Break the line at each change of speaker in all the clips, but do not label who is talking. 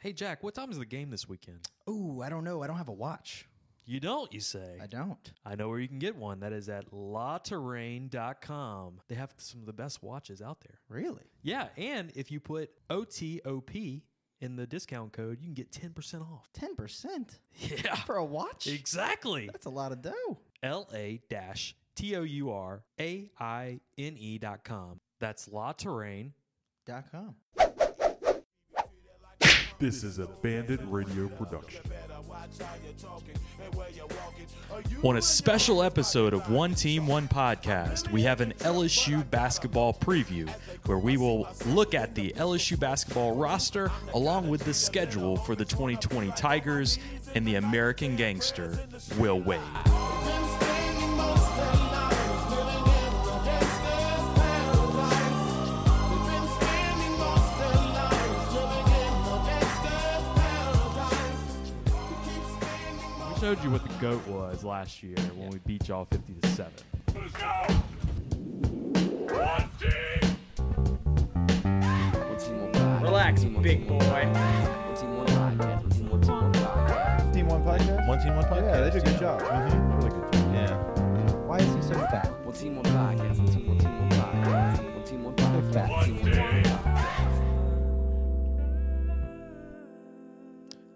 Hey, Jack, what time is the game this weekend?
Ooh, I don't know. I don't have a watch.
You don't, you say?
I don't.
I know where you can get one. That is at lawterrain.com. They have some of the best watches out there.
Really?
Yeah, and if you put OTOP in the discount code, you can get 10% off.
Ten percent
Yeah.
for a watch?
Exactly.
That's a lot of dough.
L A dash T O U R A I N E dot com. That's La Terrain.
Dot com.
This is a Bandit Radio production.
On a special episode of One Team, One Podcast, we have an LSU basketball preview where we will look at the LSU basketball roster along with the schedule for the 2020 Tigers and the American gangster, Will Wade. We showed you what the GOAT was last year when we beat y'all 50 to 7.
Let's go! One team!
Relax, big boy.
Team One Podcast?
One team, one podcast.
Yeah, they did a good job.
Mhm, really good job.
Yeah.
Why is he so fat? Look fat.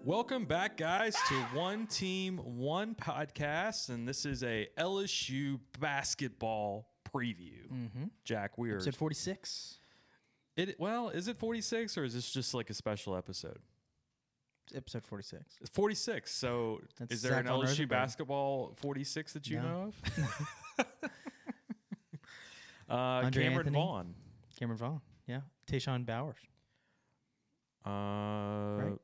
Welcome back, guys, to One Team, One Podcast, and this is a LSU basketball preview. Jack, we are.
Episode 46.
It, well, is it 46 or is this just like a special episode?
It's episode 46.
It's 46. So,
That's
is there an
Zach Von
LSU
Rosenberg.
basketball 46 that you
No.
know of? uh,
Andre
Cameron
Anthony?
Vaughn.
Cameron Vaughn. Yeah. Tayshawn Bowers.
Uh,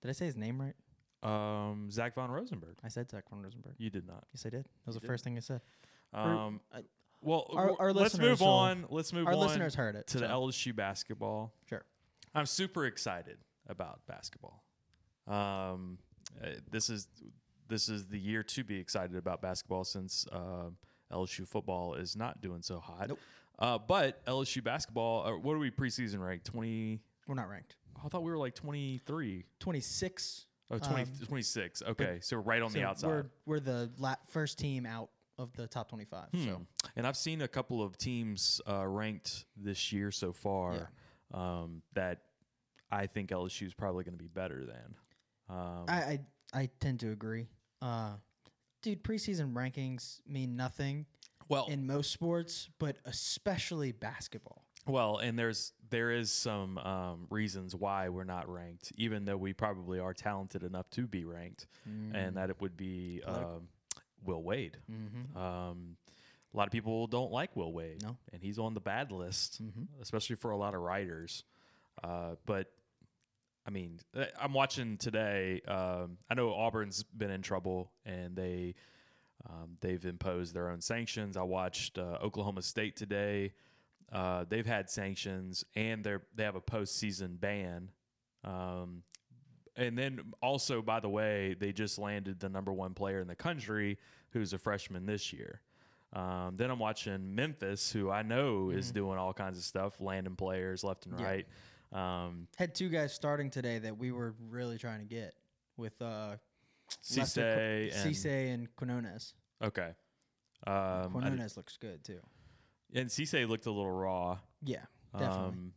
Did I say his name right?
um, Zach Von Rosenberg.
I said Zach Von Rosenberg.
You did not.
Yes, I did. That was the first thing I said.
Um,
I-
well,
uh, our-
w-
our
let's
listeners
move
will-
on. Let's move
our
on.
listeners heard it,
to the
so.
LSU basketball.
Sure.
I'm super excited about basketball. Um, uh, this is this is the year to be excited about basketball since um LSU football is not doing so hot.
Nope.
Uh, but LSU basketball, uh, what are we preseason ranked? 20.
We're not ranked.
I thought we were like 23.
26.
Oh, 20,
Um,
26. Okay. So we're right on the
So
outside.
We're, we're the la- first team out of the top 25.
Hmm.
So
And I've seen a couple of teams uh, ranked this year so far um, that I think LSU is probably going to be better than. Um,
I, I, I tend to agree. Uh, dude, preseason rankings mean nothing
well,
in most sports, but especially basketball.
well, and there's there is some um, reasons why we're not ranked, even though we probably are talented enough to be ranked, and that it would be um, Will Wade. Um, a lot of people don't like Will Wade,
No.
and he's on the bad list, especially for a lot of writers. Uh, but I mean, uh, I'm watching today. Um, I know Auburn's been in trouble, and they um, they've imposed their own sanctions. I watched uh, Oklahoma State today. Uh, they've had sanctions, and they're they have a postseason ban. Um, and then also, by the way, they just landed the number one player in the country, who's a freshman this year. Um, then I'm watching Memphis, who I know is doing all kinds of stuff, landing players left and
Mm-hmm. Yeah.
right. Um,
Had two guys starting today that we were really trying to get with uh, Lester Qu-
Cisse and
Cisse and Quinones.
okay, um, I d-
Quinones looks good too.
and Cisse looked a little raw.
Yeah, definitely.
Um,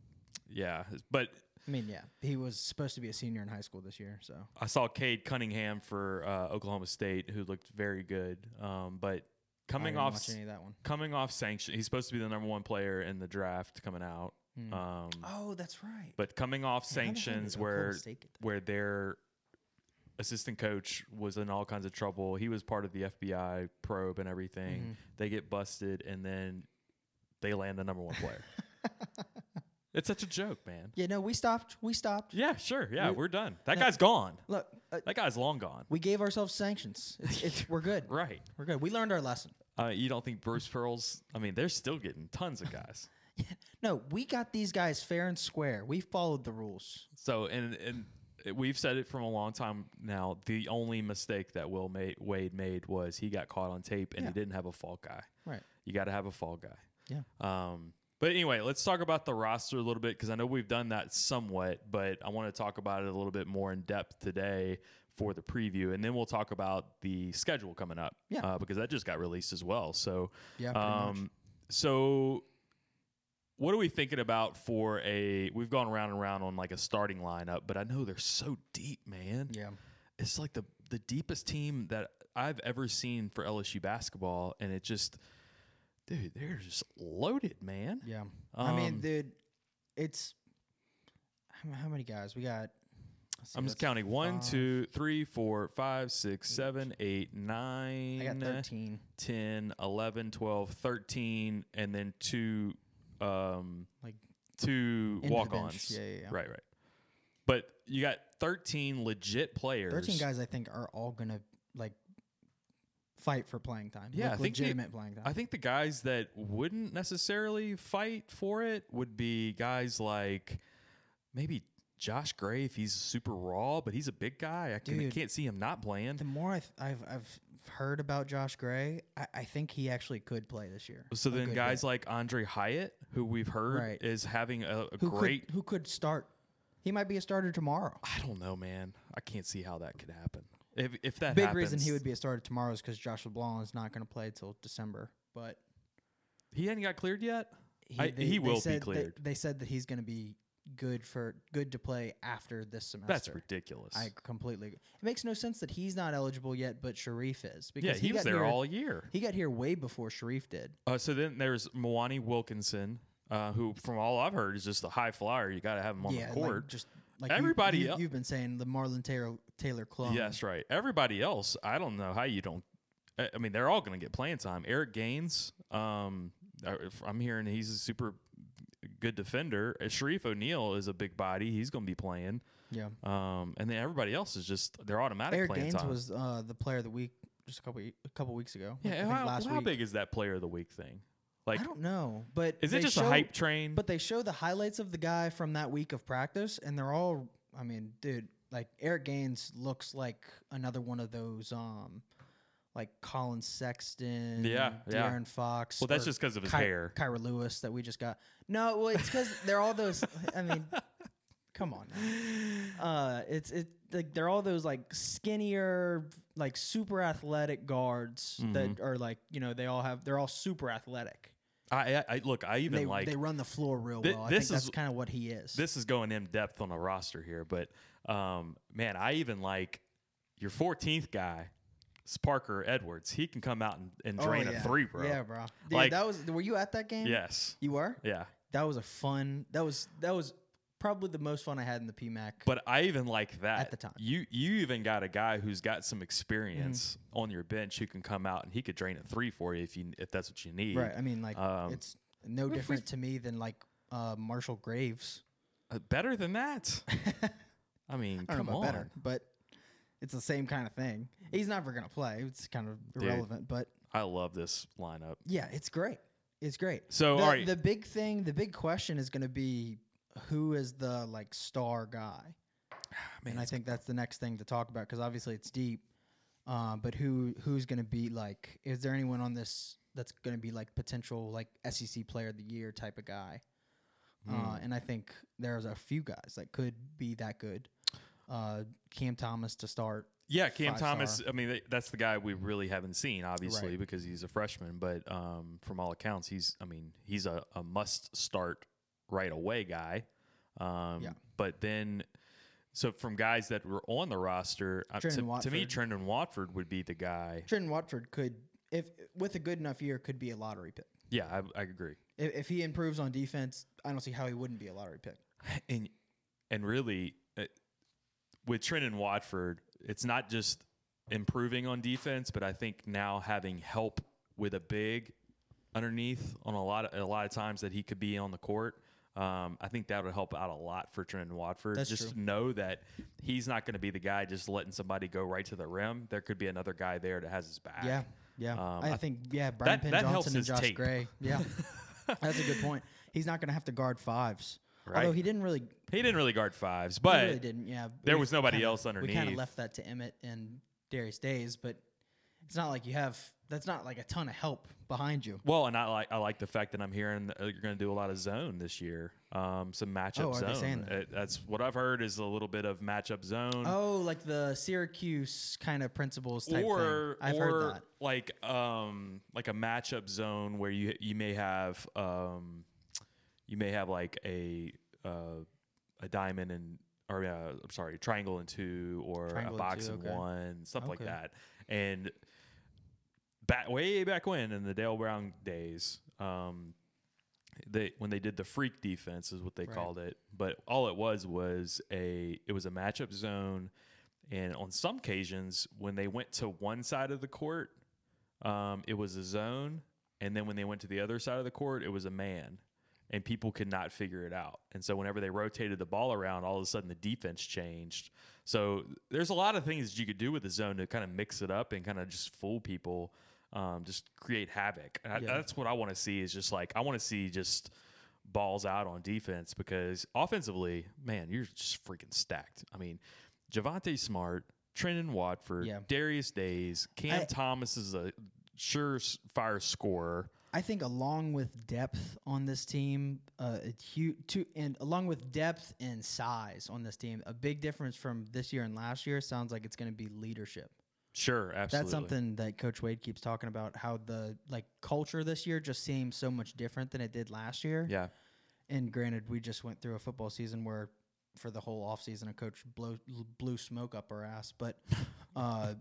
yeah, but
I mean, yeah, he was supposed to be a senior in high school this year, so
I saw Cade Cunningham for uh, Oklahoma State, who looked very good. Um, but
I
coming
didn't
off
watch
s-
any of that one.
coming off sanction, he's supposed to be the number one player in the draft coming out. Um,
Oh, that's right.
but coming off
the hell did
sanctions
Oklahoma
where
State get that?
where their assistant coach was in all kinds of trouble. He was part of the FBI probe and everything.
Mm-hmm.
They get busted and then they land the number one player. it's such a joke, man.
yeah, no, we stopped. We stopped.
Yeah, sure. Yeah, we're, done. That guy's gone.
Look, uh,
That guy's long gone.
we gave ourselves sanctions. It's, it's we're good.
Right.
We're good. We learned our lesson.
Uh, you don't think Bruce Pearl's? I mean, they're still getting tons of guys.
No, we got these guys fair and square. We followed the rules.
So and and we've said it from a long time now. The only mistake that Will made, Wade made was he got caught on tape and he didn't have a fall guy.
Right.
You got to have a fall guy.
Yeah.
Um, But anyway, let's talk about the roster a little bit because I know we've done that somewhat, but I want to talk about it a little bit more in depth today for the preview, and then we'll talk about the schedule coming up.
Yeah.
uh, because that just got released as well. So
Yeah, pretty
Um,
much.
so what are we thinking about for a? We've gone round and round on like a starting lineup, but I know they're so deep, man.
Yeah.
it's like the the deepest team that I've ever seen for LSU basketball, and it just. Dude, they're just loaded, man.
Yeah. I mean,
Um,
dude, it's how, how many guys we got? let's see,
I'm just
that's
counting one,
five.
two, three, four, five, six, seven, eight, nine,
I got 13,
10, 11, 12, 13, and then two um,
like
two
bench.
walk ons.
Yeah, yeah, yeah.
Right, right. But you got 13 legit players.
13 guys. I think are all gonna like fight for playing time.
Yeah,
like,
I think the-
legitimate playing time.
I think the guys that wouldn't necessarily fight for it would be guys like maybe Josh Gray if he's super raw, but he's a big guy. I can,
Dude.
can't see him not playing.
the more I th- I've I've heard about Josh Gray, I, I think he actually could play this year.
So
A
then,
good
guys like Andre Hyatt, who we've heard
Right.
is having a, a
who
great.
could, who could start. He might be a starter tomorrow.
I don't know, man. I can't see how that could happen. If if that
Big
happens,
reason he would be a starter tomorrow is because Josh LeBlanc is not going to play till December. But
He hadn't got cleared yet.
he,
I- He,
they- they
will
said
be
that-
cleared.
They, said that he's going to be good for good to play after this semester.
That's ridiculous.
I completely. It makes no sense that he's not eligible yet, but Sharif is because
yeah,
he,
he, was
got
there
here,
all year.
He got here way before Sharif did.
Uh, so then there's Mwani Wilkinson, uh, who, from all I've heard, is just a high flyer. You got to have him on
yeah,
the
like,
court.
just like you-
Everybody
You,
el-
have been saying the Marlon Taylor Taylor clone.
Yeah, that's right. Everybody else, I don't know how you don't. I I mean, they're all going to get playing time. Eric Gaines, um, I- if I'm hearing he's a super good defender. Uh, Sharif O'Neal is a big body. He's going to be playing.
Yeah.
Um, and then everybody else is just they're automatic
Eric
playing
Gaines
time.
was uh, the player of the week just a couple ye- a couple weeks ago. Like, I
yeah.
think
How,
last
how
week.
big is that player of the week thing? Like,
I don't know, but
is it
they
just
show-
a hype train?
But they show the highlights of the guy from that week of practice, and they're all. I mean, dude, like Eric Gaines looks like another one of those, um, like Colin Sexton,
Yeah, yeah.
De'Aaron Fox.
Well, that's
or
just 'cause of his
Ky-
hair.
Kyra Lewis that we just got. No, well, it's because they're all those. I mean, come on. now. Uh, it's it like they're all those like skinnier, like super athletic guards
Mm-hmm.
that are like you know they all have they're all super athletic.
I, I, I look. I even
They,
like
they run the floor real
Thi-
well. I
this
think that's
is-
kind of what he is.
this is going in depth on a roster here, but um, man, I even like your 14th guy, is Parker Edwards. He can come out and, and
Oh,
drain
yeah.
a three, bro.
Yeah, bro. Dude,
Like-
that was. Were you at that game?
Yes.
You were.
Yeah.
That was a fun. That was that was probably the most fun I had in the PMAC.
But I even like that.
At the time. Mm-hmm.
You you even got a guy who's got some experience on your bench who can come out and he could drain a three for you if you if that's what you need.
right. I mean, like
Um,
it's no different to me than like uh, Marshall Graves.
Uh, better than that. I mean,
I don't
come
know about
on.
better, but it's the same kind of thing. He's never gonna play. It's kind of irrelevant, but
I love this lineup.
yeah, it's great. It's great.
So,
the,
all right.
the big thing, the big question is gonna be who is the like star guy. and I think that's the next thing to talk about because obviously it's deep. Uh, but who who's going to be like? Is there anyone on this that's going to be like potential like SEC player of the year type of guy? Uh, and I think there's a few guys that could be that good. Uh, Cam Thomas to start.
Yeah, Cam
five
Thomas.
star.
I mean, th- that's the guy we really haven't seen, obviously,
Right.
because he's a freshman. But um, from all accounts, he's. I mean, he's a, a must start right away guy. Um,
Yeah.
But then, so from guys that were on the roster, uh, to,
Trenton
to me,
Watford.
Trenton Watford would be the guy.
Trenton Watford could, if with a good enough year, could be a lottery pick.
Yeah, I, I agree.
If, if he improves on defense, I don't see how he wouldn't be a lottery pick.
and and really uh, with Trent and Watford, it's not just improving on defense, but I think now having help with a big underneath on a lot of a lot of times that he could be on the court. Um, I think that would help out a lot for Trent and Watford.
That's
just
true.
know that he's not going to be the guy just letting somebody go right to the rim. There could be another guy there that has his back.
Yeah, yeah.
Um,
I,
I-
think yeah, Brian
that-
Penn
that helps
Johnson and
his
Josh
tape.
Gray. Yeah, that's a good point. He's not going to have to guard fives.
Right.
Although he didn't really,
he didn't really guard fives,
he
but
really didn't. Yeah,
there
we
was nobody
kinda-
else
We kind
underneath.
of left that to Emmett and Darius Days, but it's not like you have that's not like a ton of help behind you.
Well, and I like I like the fact that I'm hearing that you're going to do a lot of zone this year. Um, some matchup
Oh, are
zone.
they saying that?
It- that's what I've heard is a little bit of matchup zone.
Oh, like the Syracuse kind of principles type
or
thing. I've
or
heard that.
like um like a matchup zone where you you may have um you may have like a uh, a diamond and or uh, I'm sorry triangle and two or
Triangle
a
and
box
two,
and
okay.
one stuff like
Okay.
that and back way back when in the Dale Brown days um they when they did the freak defense is what they
Right.
called it but all it was was a it was a matchup zone and on some occasions when they went to one side of the court um, it was a zone and then when they went to the other side of the court it was a man and people could not figure it out and so whenever they rotated the ball around all of a sudden the defense changed so there's a lot of things that you could do with the zone to kind of mix it up and kind of just fool people um, just create havoc And I-
Yeah.
that's what i want to see is just like i want to see just balls out on defense because offensively, man, you're just freaking stacked. I mean, Javante Smart, Trenton Watford,
Yeah.
Darius Days, Cam
I-
Thomas is a sure s- fire scorer.
I think along with depth on this team, uh, it hu- to, and along with depth and size on this team, a big difference from this year and last year sounds like it's going to be leadership.
Sure, absolutely.
That's something that Coach Wade keeps talking about. How the like culture this year just seems so much different than it did last year.
Yeah,
And granted, we just went through a football season where, for the whole offseason, a coach blew, blew smoke up our ass. But, uh,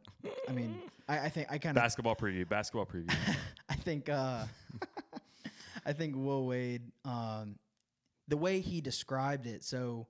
I mean, I, I think I kind of
basketball preview, basketball preview.
I think uh, I think Will Wade, um, the way he described it, so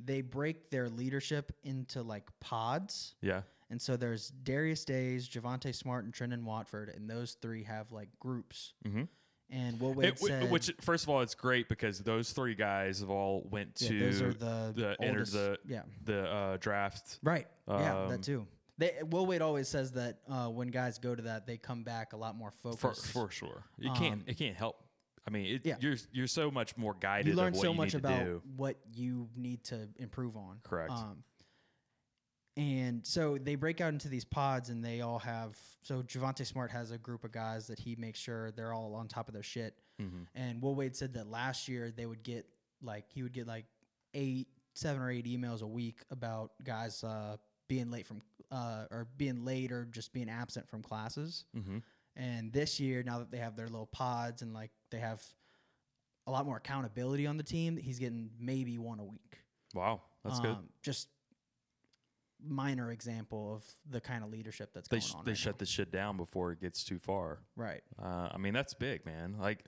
they break their leadership into like pods,
yeah,
and so there's Darius Days, Javante Smart, and Trenton Watford, and those three have like groups.
Mhm.
And Will Wade
It- w-
said,
which first of all, it's great because those three guys have all went to
yeah, those are the,
the- entered
oldest-
the-
yeah
the uh, draft.
right yeah
Um,
that too. They, Will Wade always says that uh, when guys go to that, they come back a lot more
For,
focused.
for sure, you
Um,
can't. It can't help. I mean, it,
Yeah.
you're you're so much more guided.
you learn
of what
so
you
much
need to do.
about what you need to improve on.
Correct.
Um, and so they break out into these pods, and they all have. So Javante Smart has a group of guys that he makes sure they're all on top of their shit.
Mm-hmm,
And Will Wade said that last year they would get like he would get like eight, seven or eight emails a week about guys uh, being late from uh, or being late or just being absent from classes.
Mhm.
And this year, now that they have their little pods and like they have a lot more accountability on the team, he's getting maybe one a week.
Wow,
Um,
that's good.
Just minor example of the kind of leadership that's
they
going
sh-
on.
they
right
shut the shit down before it gets too far.
now. right.
Uh, I mean, that's big, man. Like,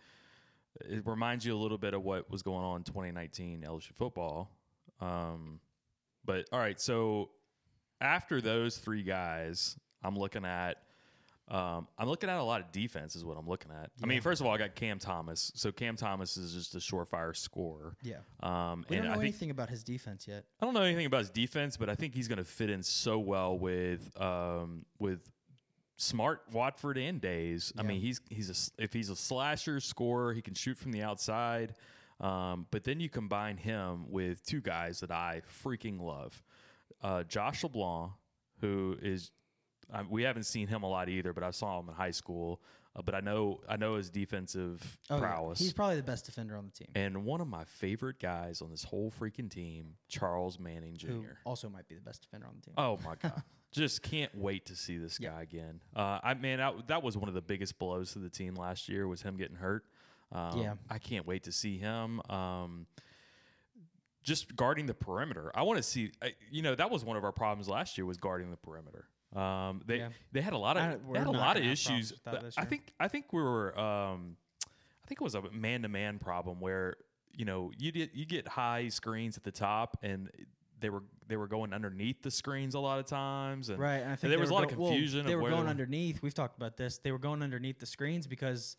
it reminds you a little bit of what was going on in 2019 LSU football. Um, but all right, so after those three guys, I'm looking at. Um, I'm looking at a lot of defense, is what I'm looking at. I mean, first of all, I got Cam Thomas. So Cam Thomas is just a surefire scorer.
Yeah.
Um,
We
and
don't know
I think
anything about his defense yet.
I don't know anything about his defense, but I think he's going to fit in so well with um, with smart Watford and Days. I mean, he's he's a, s- if he's a slasher scorer, he can shoot from the outside. Um, but then you combine him with two guys that I freaking love, uh, Josh LeBlanc, who is I, we haven't seen him a lot either, but I saw him in high school. Uh, but I know I know his defensive
Oh, yeah.
prowess.
He's probably the best defender on the team.
and one of my favorite guys on this whole freaking team, Charles Manning Jr.
Who also might be the best defender on the team.
Oh my god! Just can't wait to see this guy again. Uh, I man, I, that was one of the biggest blows to the team last year was him getting hurt. Um,
Yeah.
I can't wait to see him. Um, just guarding the perimeter. I want to see. I, you know, that was one of our problems last year was guarding the perimeter. Um, they
Yeah.
they had a lot
I-
of they
we're
had a
not
lot of
gonna have problems
issues.
with that this
I
year.
think I think we were. Um, I think it was a man to man problem where you know you did you get high screens at the top and they were they were going underneath the screens a lot of times and
Right, and I think
there
they
was a
were
lot of
go- well,
confusion.
they
of
were
where
going
they-
underneath. We've talked about this. They were going underneath the screens because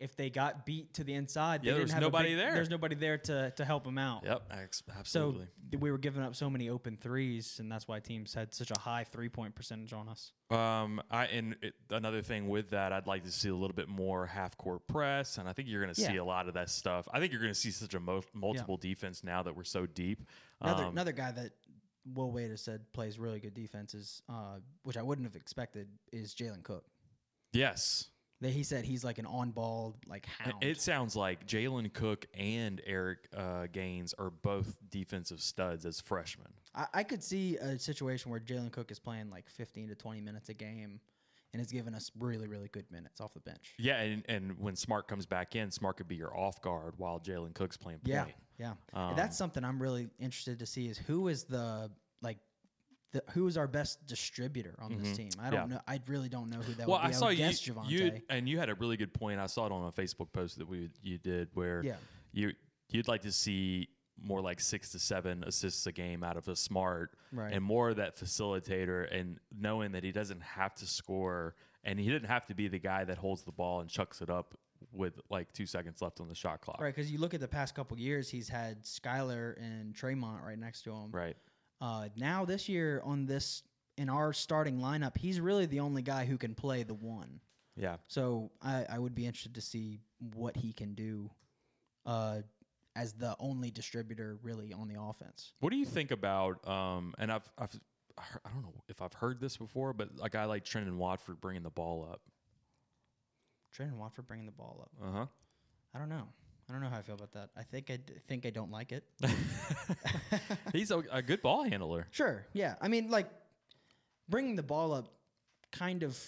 if they got beat to the inside, they
Yeah, there
didn't
was
have a
nobody
big-
there.
There's nobody there to to help them out.
Yep, ex-
So
absolutely.
th- we were giving up so many open threes, and that's why teams had such a high three point percentage on us.
um, I and it, another thing with that, I'd like to see a little bit more half court press, and I think you're going to see
Yeah.
a lot of that stuff. I think you're going to see such a mo- multiple defense now that we're so deep.
Another
Um,
another guy that Will Wade has said plays really good defenses, uh, which I wouldn't have expected, is Jalen Cook.
Yes.
That he said he's like an on-ball like hound.
It sounds like Jalen Cook and Eric uh, Gaines are both defensive studs as freshmen.
I, I could see a situation where Jalen Cook is playing like 15 to 20 minutes a game, and it's giving us really, really good minutes off the bench.
Yeah, and, and when Smart comes back in, Smart could be your off guard while Jalen Cook's playing point.
Yeah, yeah. And That's
Um,
something I'm really interested to see is who is the like. The, who is our best distributor on this team? I don't
Mm-hmm. Yeah.
know. I really don't know who that
Well,
would be.
I saw
would
you,
guess Javante.
you, and you had a really good point. I saw it on a Facebook post that we you did where
Yeah.
you you'd like to see more like six to seven assists a game out of a smart
Right.
and more of that facilitator and knowing that he doesn't have to score and he didn't have to be the guy that holds the ball and chucks it up with like two seconds left on the shot clock.
Right, because you look at the past couple years, he's had Skyler and Tremont right next to him.
Right.
Uh, now this year on this in our starting lineup, he's really the only guy who can play the one.
Yeah.
So I, I would be interested to see what he can do uh, as the only distributor really on the offense.
What do you think about? Um, and I've, I've, he- I don't know if I've heard this before, but a guy like Trenton Watford bringing the ball up.
Trenton Watford bringing the ball up.
Uh huh.
I don't know. I don't know how I feel about that. I think I d- think I don't like it.
He's a, a good ball handler.
Sure. Yeah. I mean, like bringing the ball up kind of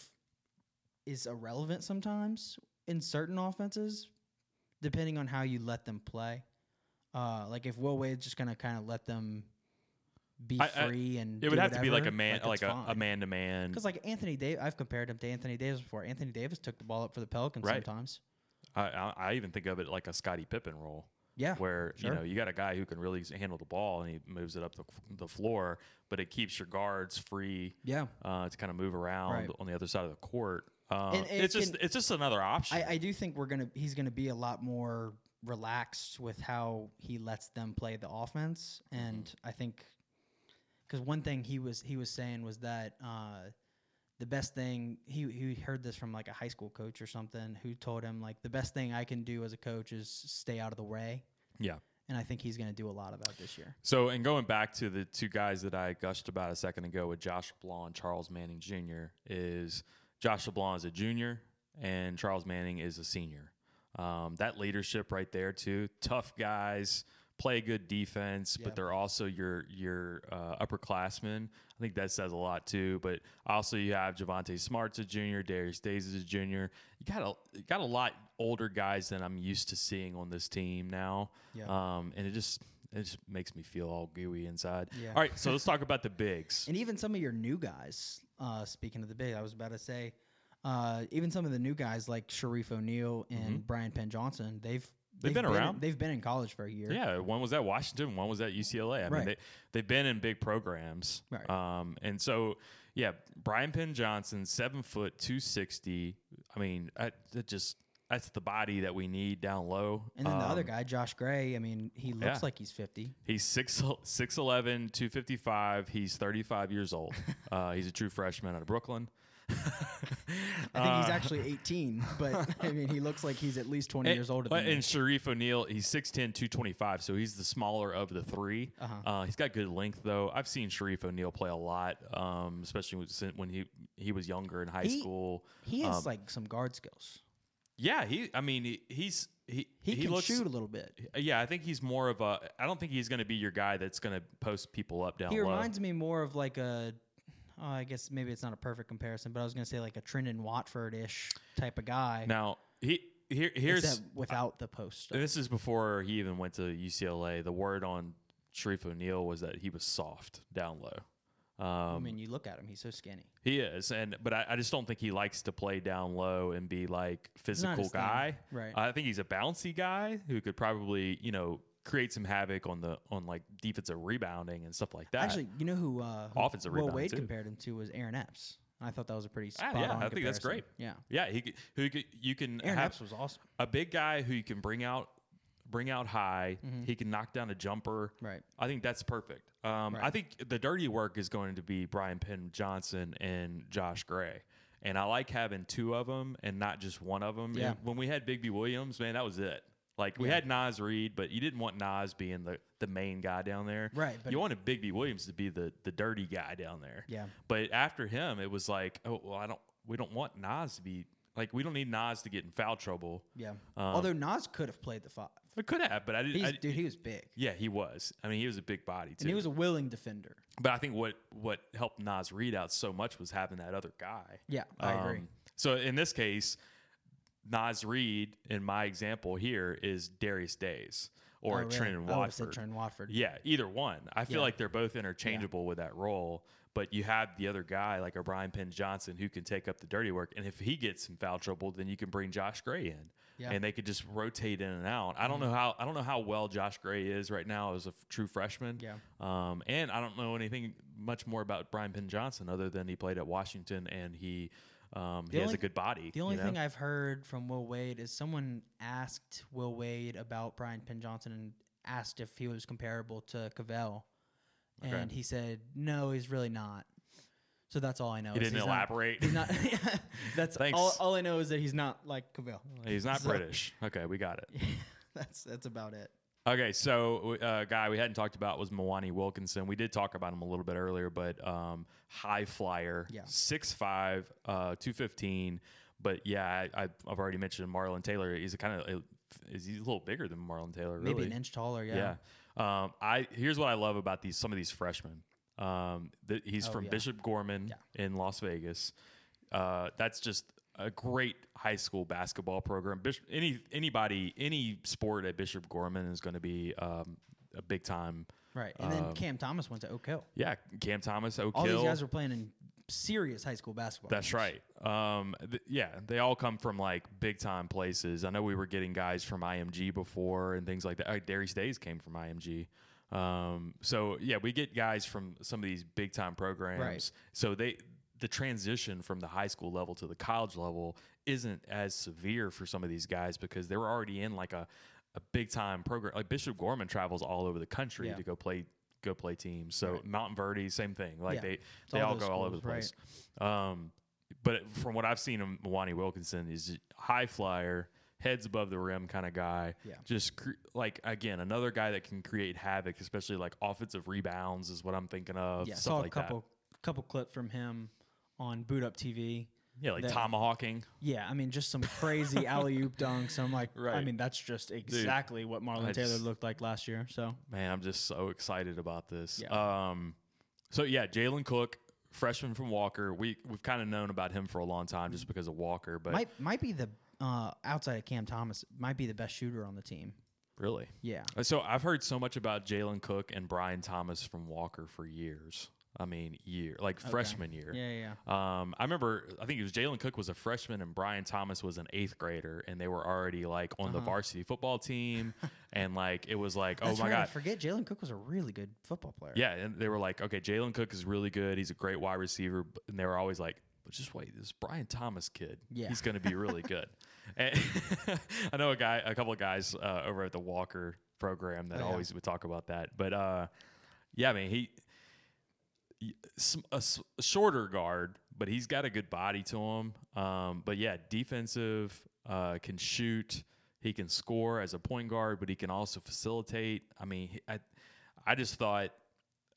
is irrelevant sometimes in certain offenses, depending on how you let them play. Uh, like if Will Wade's just gonna kind of let them be
I- I-
free and
It would
do
have to be like a
whatever,
man, like, a, a man to man.
Because like Anthony Davis, I've compared him to Anthony Davis before. Anthony Davis took the ball up for the Pelicans
Right.
sometimes.
I, I, I even think of it like a Scottie Pippen role,
Yeah,
where
sure.
you know you got a guy who can really s- handle the ball and he moves it up the, f- the floor, but it keeps your guards free.
Yeah.
Uh, to kind of move around
Right.
on the other side of the court. Um,
And it
it's just
can-
it's just another option.
I, I do think we're gonna he's gonna be a lot more relaxed with how he lets them play the offense, and I think because one thing he was he was saying was that uh, the best thing he he heard this from like a high school coach or something who told him like the best thing I can do as a coach is stay out of the way,
yeah.
and I think he's gonna do a lot of that this year.
So, and going back to the two guys that I gushed about a second ago with Josh Blanc and Charles Manning Jr. is Josh Blanc is a junior and Charles Manning is a senior. Um, that leadership right there too. Tough guys play good defense, but they're also your your uh, upperclassmen. I think that says a lot too. But also you have Javante Smart's a junior, Darius Days is a junior. You got a you got a lot older guys than I'm used to seeing on this team now.
Yeah.
Um, and it just it just makes me feel all gooey inside.
Yeah.
All right, so let's talk about the bigs.
And even some of your new guys, uh, speaking of the big, I was about to say, uh, even some of the new guys like Sharif O'Neal and Brian Penn Johnson, they've,
Mm-hmm. They've been around.
they've been in college for a year.
Yeah, one was at Washington, one was at UCLA. I mean,
Right.
they, they've been in big programs.
Right.
Um, and so, yeah, Brian Penn Johnson, seven foot, 260. I mean, I, that just that's the body that we need down low.
And then the other
Um,
guy, Josh Gray, I mean, he looks
yeah.
like he's 50.
He's 6 6'11, 255. He's 35 years old. uh, he's a true freshman out of Brooklyn. Uh,
I think he's actually 18, but I mean, he looks like he's at least 20 years older
But
than me.
and Sharif O'Neal, he's 6'10, 225, so he's the smaller of the 3
Uh-huh.
Uh, he's got good length though. I've seen Sharif O'Neal play a lot, um, especially with- sin- when he he was younger in high
He-
school.
He has
um,
like some guard skills.
Yeah, he. I mean, he, he's he
He, can
looks,
shoot a little bit.
Yeah, I think he's more of a. I don't think he's going to be your guy that's going to post people up down
He
low.
reminds me more of like a, oh, I guess maybe it's not a perfect comparison, but I was going to say like a Trendon Watford ish type of guy.
now he here here's
except without the post.
And this is before he even went to UCLA. The word on Sharif O'Neal was that he was soft down low. Um,
I mean, you look at him; he's so skinny.
He is, and but I, I just don't think he likes to play down low and be like
not
physical
his thing.
guy.
Right.
I think he's a bouncy guy who could probably you know create some havoc on the on like defensive rebounding and stuff like that.
Actually, you know who uh, who
Offensive
Will
rebound,
Wade
too.
compared him to was Aaron Epps. I thought that was a pretty
Ah,
spot
yeah,
on
I think that's
comparison.
great.
Yeah,
yeah, he could, who could, you can
Aaron
have
Epps was awesome.
a big guy who you can bring out bring out high. He can knock down a jumper.
Mm-hmm. Right.
I think that's perfect. Um, I
Right.
think the dirty work is going to be Brian Penn Johnson and Josh Gray. And I like having two of them and not just one of them.
Yeah.
when we had Bigby Williams, man, that was it. Like we had Nas Reed, but you didn't want Nas being the, the main guy down there.
Right, but-
you wanted Bigby Williams to be the the dirty guy down there.
Yeah.
But after him, it was like, oh well, I don't. We don't want Nas to be Like we don't need Nas to get in foul trouble.
Yeah.
Um,
Although Nas could have played the five.
It could have, but I didn't.
He's,
I-
dude, he was big.
yeah, he was. I mean, he was a big body too.
And he was a willing defender.
but I think what what helped Nas read out so much was having that other guy.
Yeah, I agree.
Um, So in this case, Nas Reed, in my example here, is Darius Days or
Oh, really?
Trent and
I would've said
Watford.
Trent Watford.
Yeah, either one. I feel
Yeah.
like they're both interchangeable with that role. But you have the other guy like O'Brien Penn Johnson who can take up the dirty work, and if he gets in foul trouble, then you can bring Josh Gray in,
Yeah. Mm-hmm.
and they could just rotate in and out. I don't know how I don't know how well Josh Gray is right now as a f- true freshman.
Yeah.
Um, and I don't know anything much more about Brian Penn Johnson other than he played at Washington and he um, he has
only-
a good body.
The only
you know?
thing I've heard from Will Wade is someone asked Will Wade about Brian Penn Johnson and asked if he was comparable to Cavell.
Okay.
And he said, no, he's really not. So that's all I know.
he
is
didn't
he's not-
elaborate.
he's not. that's
Thanks.
all, all I know is that he's not like Cavell.
He's not
So-
British. Okay, we got it.
that's that's about it.
Okay, so uh, guy we hadn't talked about was Mawani Wilkinson. We did talk about him a little bit earlier, but um, high flyer,
Yeah.
6'5", uh, 215. But yeah, I, I've I've already mentioned Marlon Taylor. He's kind of is he's a little bigger than Marlon Taylor, really.
Maybe an inch taller. Yeah.
Yeah. Um, I here's what I love about these some of these freshmen. Um, th- he's
Oh,
from
yeah.
Bishop Gorman in Las Vegas. Uh, that's just a great high school basketball program. Bish- any anybody any sport at Bishop Gorman is going to be um, a big time.
Right. And
Um,
then Cam Thomas went to Oak Hill.
Yeah, Cam Thomas, Oak
All
Hill.
these guys were playing in serious high school basketball.
That's right. Um, th- yeah, they all come from like big time places. I know we were getting guys from IMG before and things like that. Uh, Darius Days came from IMG. Um, so yeah, we get guys from some of these big time programs.
Right.
So they the transition from the high school level to the college level isn't as severe for some of these guys because they were already in like a a big time program. Like Bishop Gorman travels all over the country
Yeah.
to go play go play teams. So Mount Mountain Verde, same thing. Like
Yeah.
they
It's
they
all
all, go
those
all over the
schools,
place. Um, but from what I've seen of Mwani Wilkinson, he's a high flyer, heads above the rim kind of guy.
Yeah.
Just cre- like again, another guy that can create havoc, especially like offensive rebounds is what I'm thinking of.
Yeah.
stuff
Saw a
like
couple couple clip from him on Boot Up TV.
That. Yeah, like
that-
tomahawking.
Yeah, I mean, just some crazy alley oop dunks. I'm like, I
Right.
mean, that's just exactly what Marlon
I
Taylor
just-
looked like last year. So
Man, I'm just so excited about this.
Yeah.
Um, so yeah, Jalen Cook, freshman from Walker. We we've kind of known about him for a long time just because of Walker, but
might might be the uh, outside of Cam Thomas might be the best shooter on the team.
really.
Yeah,
Uh, So I've heard so much about Jalen Cook and Brian Thomas from Walker for years. I mean, year like freshman year.
yeah, yeah.
Um, I remember. I think it was Jalen Cook was a freshman and Brian Thomas was an eighth grader, and they were already like on the varsity football team, and like it was like,
Uh-huh. That's
oh my
right, I
god,
forget Jalen Cook was a really good football player.
yeah. And they were like, okay, Jalen Cook is really good. He's a great wide receiver, b- and they were always like, but just wait, this Brian Thomas kid,
Yeah.
he's going to be really good. And I know a guy, a couple of guys uh, over at the Walker program that
Oh, yeah.
always would talk about that, but uh, yeah, I mean he. y- s- A s- a shorter guard, but he's got a good body to him. Um, but yeah, defensive, uh, can shoot. He can score as a point guard, but he can also facilitate. I mean, he- I, I just thought,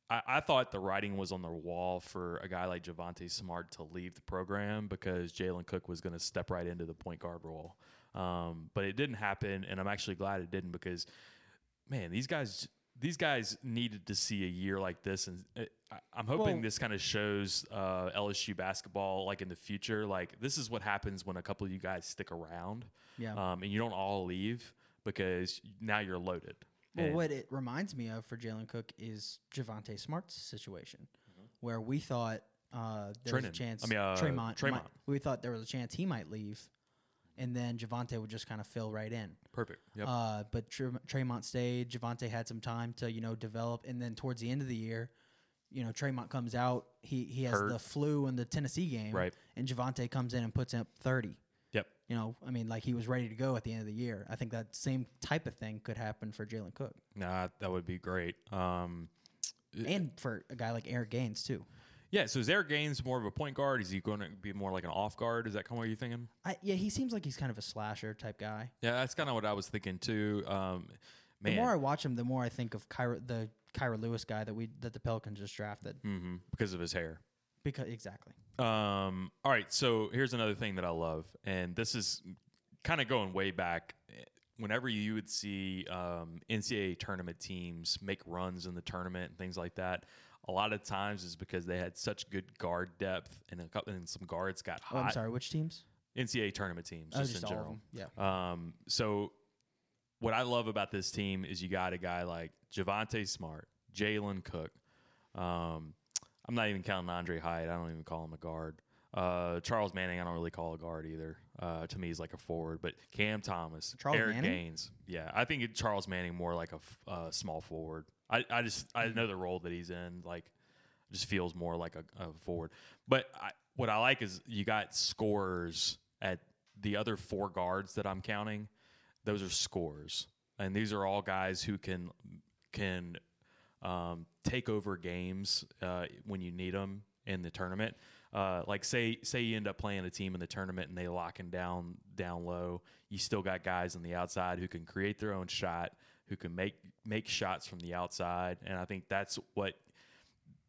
I, I thought the writing was on the wall for a guy like Javante Smart to leave the program because Jalen Cook was going to step right into the point guard role. Um, but it didn't happen, and I'm actually glad it didn't because man, these guys these guys needed to see a year like this, and it, I, I'm hoping
Well-
this kind of shows uh, LSU basketball like in the future. Like this is what happens when a couple of you guys stick around,
Yeah.
um, and you don't all leave because now you're loaded.
Well,
And-
what it reminds me of for Jalen Cook is Javante Smart's situation, where we thought uh, there was a
Trenton.
chance.
Mm-hmm. I mean, uh,
Tremont,
Tremont.
might- we thought there was a chance he might leave, and then Javante would just kind of fill right in.
perfect. Yep.
Uh, but Tre- Tremont stayed. Javante had some time to you know develop, and then towards the end of the year, you know Tremont comes out. He he has
Hurt.
the flu in the Tennessee game,
Right.
And Javante comes in and puts up thirty.
yep.
You know, I mean, like he was ready to go at the end of the year. I think that same type of thing could happen for Jalen Cook
Nah, that would be great. Um,
and for a guy like Eric Gaines too.
yeah. So is Eric Gaines more of a point guard? Is he going to be more like an off guard? Is that kind of what you're thinking?
I, yeah, he seems like he's kind of a slasher type guy.
Yeah, that's kind of what I was thinking too. Um, man,
The more I watch him, the more
Hmm.
I think of Kyra, the Kyra Lewis guy that we that the Pelicans just drafted
Mhm, mm-hmm, because of his hair.
Because exactly.
Um, all right, so here's another thing that I love, and this is kind of going way back. Whenever you would see um, NCAA tournament teams make runs in the tournament and things like that, a lot of times is because they had such good guard depth, and a couple and some guards got
Oh,
hot.
I'm sorry. Which teams?
NCAA tournament teams,
Oh,
just,
just
in
all of
general.
them,
Um, so what I love about this team is you got a guy like Javante Smart, Jalen Cook. Um, I'm not even counting Andre Hyde. I don't even call him a guard. Uh, Charles Manning, I don't really call a guard either. Uh, to me, he's like a forward. But Cam Thomas,
Charles
Eric
Manning?
Gaines, yeah, I think it, Charles Manning more like a f- uh, small forward. I, I just I
Mm-hmm.
know the role that he's in. Like just feels more like a, a forward. But I, what I like is you got scorers at the other four guards that I'm counting. Those are scores, and these are all guys who can can um, take over games uh, when you need them in the tournament. Uh, like say say you end up playing a team in the tournament and they locking down down low, you still got guys on the outside who can create their own shot, who can make make shots from the outside, and I think that's what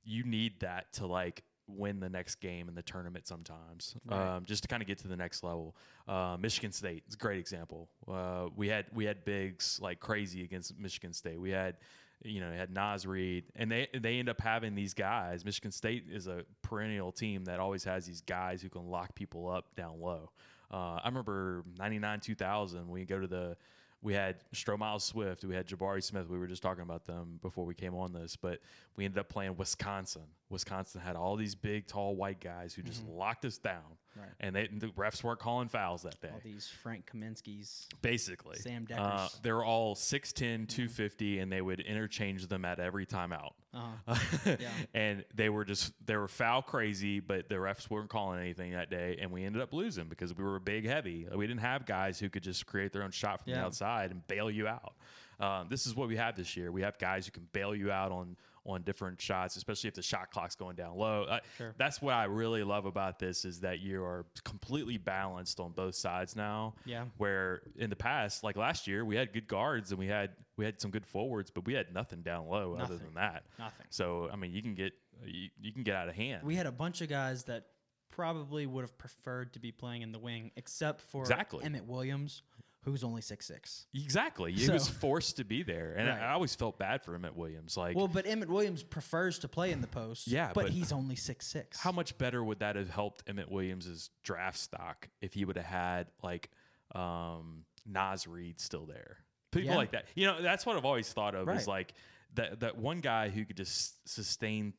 you need that to like win the next game in the tournament sometimes um, just to kind of get to the next level uh, michigan state is a great example uh, we had we had bigs like crazy against michigan state we had you know had nas reed and they they end up having these guys michigan state is a perennial team that always has these guys who can lock people up down low uh, i remember 99 2000 we go to the we had Stromile Swift, we had Jabari Smith. We were just talking about them before we came on this, but we ended up playing Wisconsin. Wisconsin had all these big, tall, white guys who just locked us down,
Right.
and they, the refs weren't calling fouls that day.
All these Frank Kaminsky's.
Basically,
Sam
Uh,
Deckers.
they were all 6'10, 250, and they would interchange them at every timeout.
Uh-huh. Yeah.
and they were just they were foul crazy, but the refs weren't calling anything that day, and we ended up losing because we were big heavy. We didn't have guys who could just create their own shot from the
Yeah.
outside and bail you out. Um, this is what we have this year. We have guys who can bail you out on on different shots, especially if the shot clock's going down low. I, That's what I really love about this is that you are completely balanced on both sides now.
Yeah.
Where in the past, like last year, we had good guards and we had we had some good forwards, but we had nothing down low other
Nothing.
than that.
Nothing.
So I mean, you can get you, you can get out of hand.
We had a bunch of guys that probably would have preferred to be playing in the wing, except for
exactly.
Emmett Williams, who's only six six.
Exactly. He
So-
was forced to be there, and
Right.
I, I always felt bad for him at Williams. Like,
Well, but Emmett Williams prefers to play in the post.
Yeah,
but,
but-
he's only six six.
how much better would that have helped Emmett Williams' draft stock if he would have had like um, Nas Reed still there? People
Yeah.
like that. You know, that's what I've always thought of
Right.
is like that that one guy who could just sustain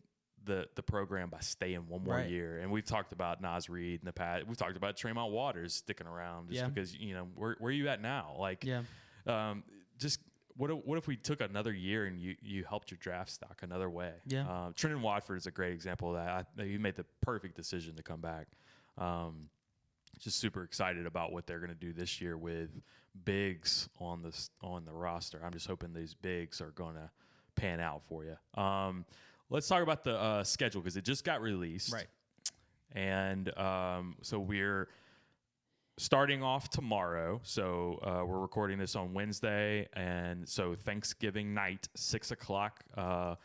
the the program by staying one more
Right.
year. And we've talked about Nas Reed in the past. We've talked about Tremont Waters sticking around just
Yeah.
because you know where where you at now? Like
yeah.
um, just what if, what if we took another year and you you helped your draft stock another way?
Yeah.
Uh, Trenton Watford is a great example of that. I, you made the perfect decision to come back. Um, just super excited about what they're going to do this year with bigs on the s- on the roster. I'm just hoping these bigs are going to pan out for you. Um, let's talk about the uh, schedule because it just got released,
Right.
And um, so we're starting off tomorrow. So uh, we're recording this on Wednesday, and so Thanksgiving night, six o'clock. Uh,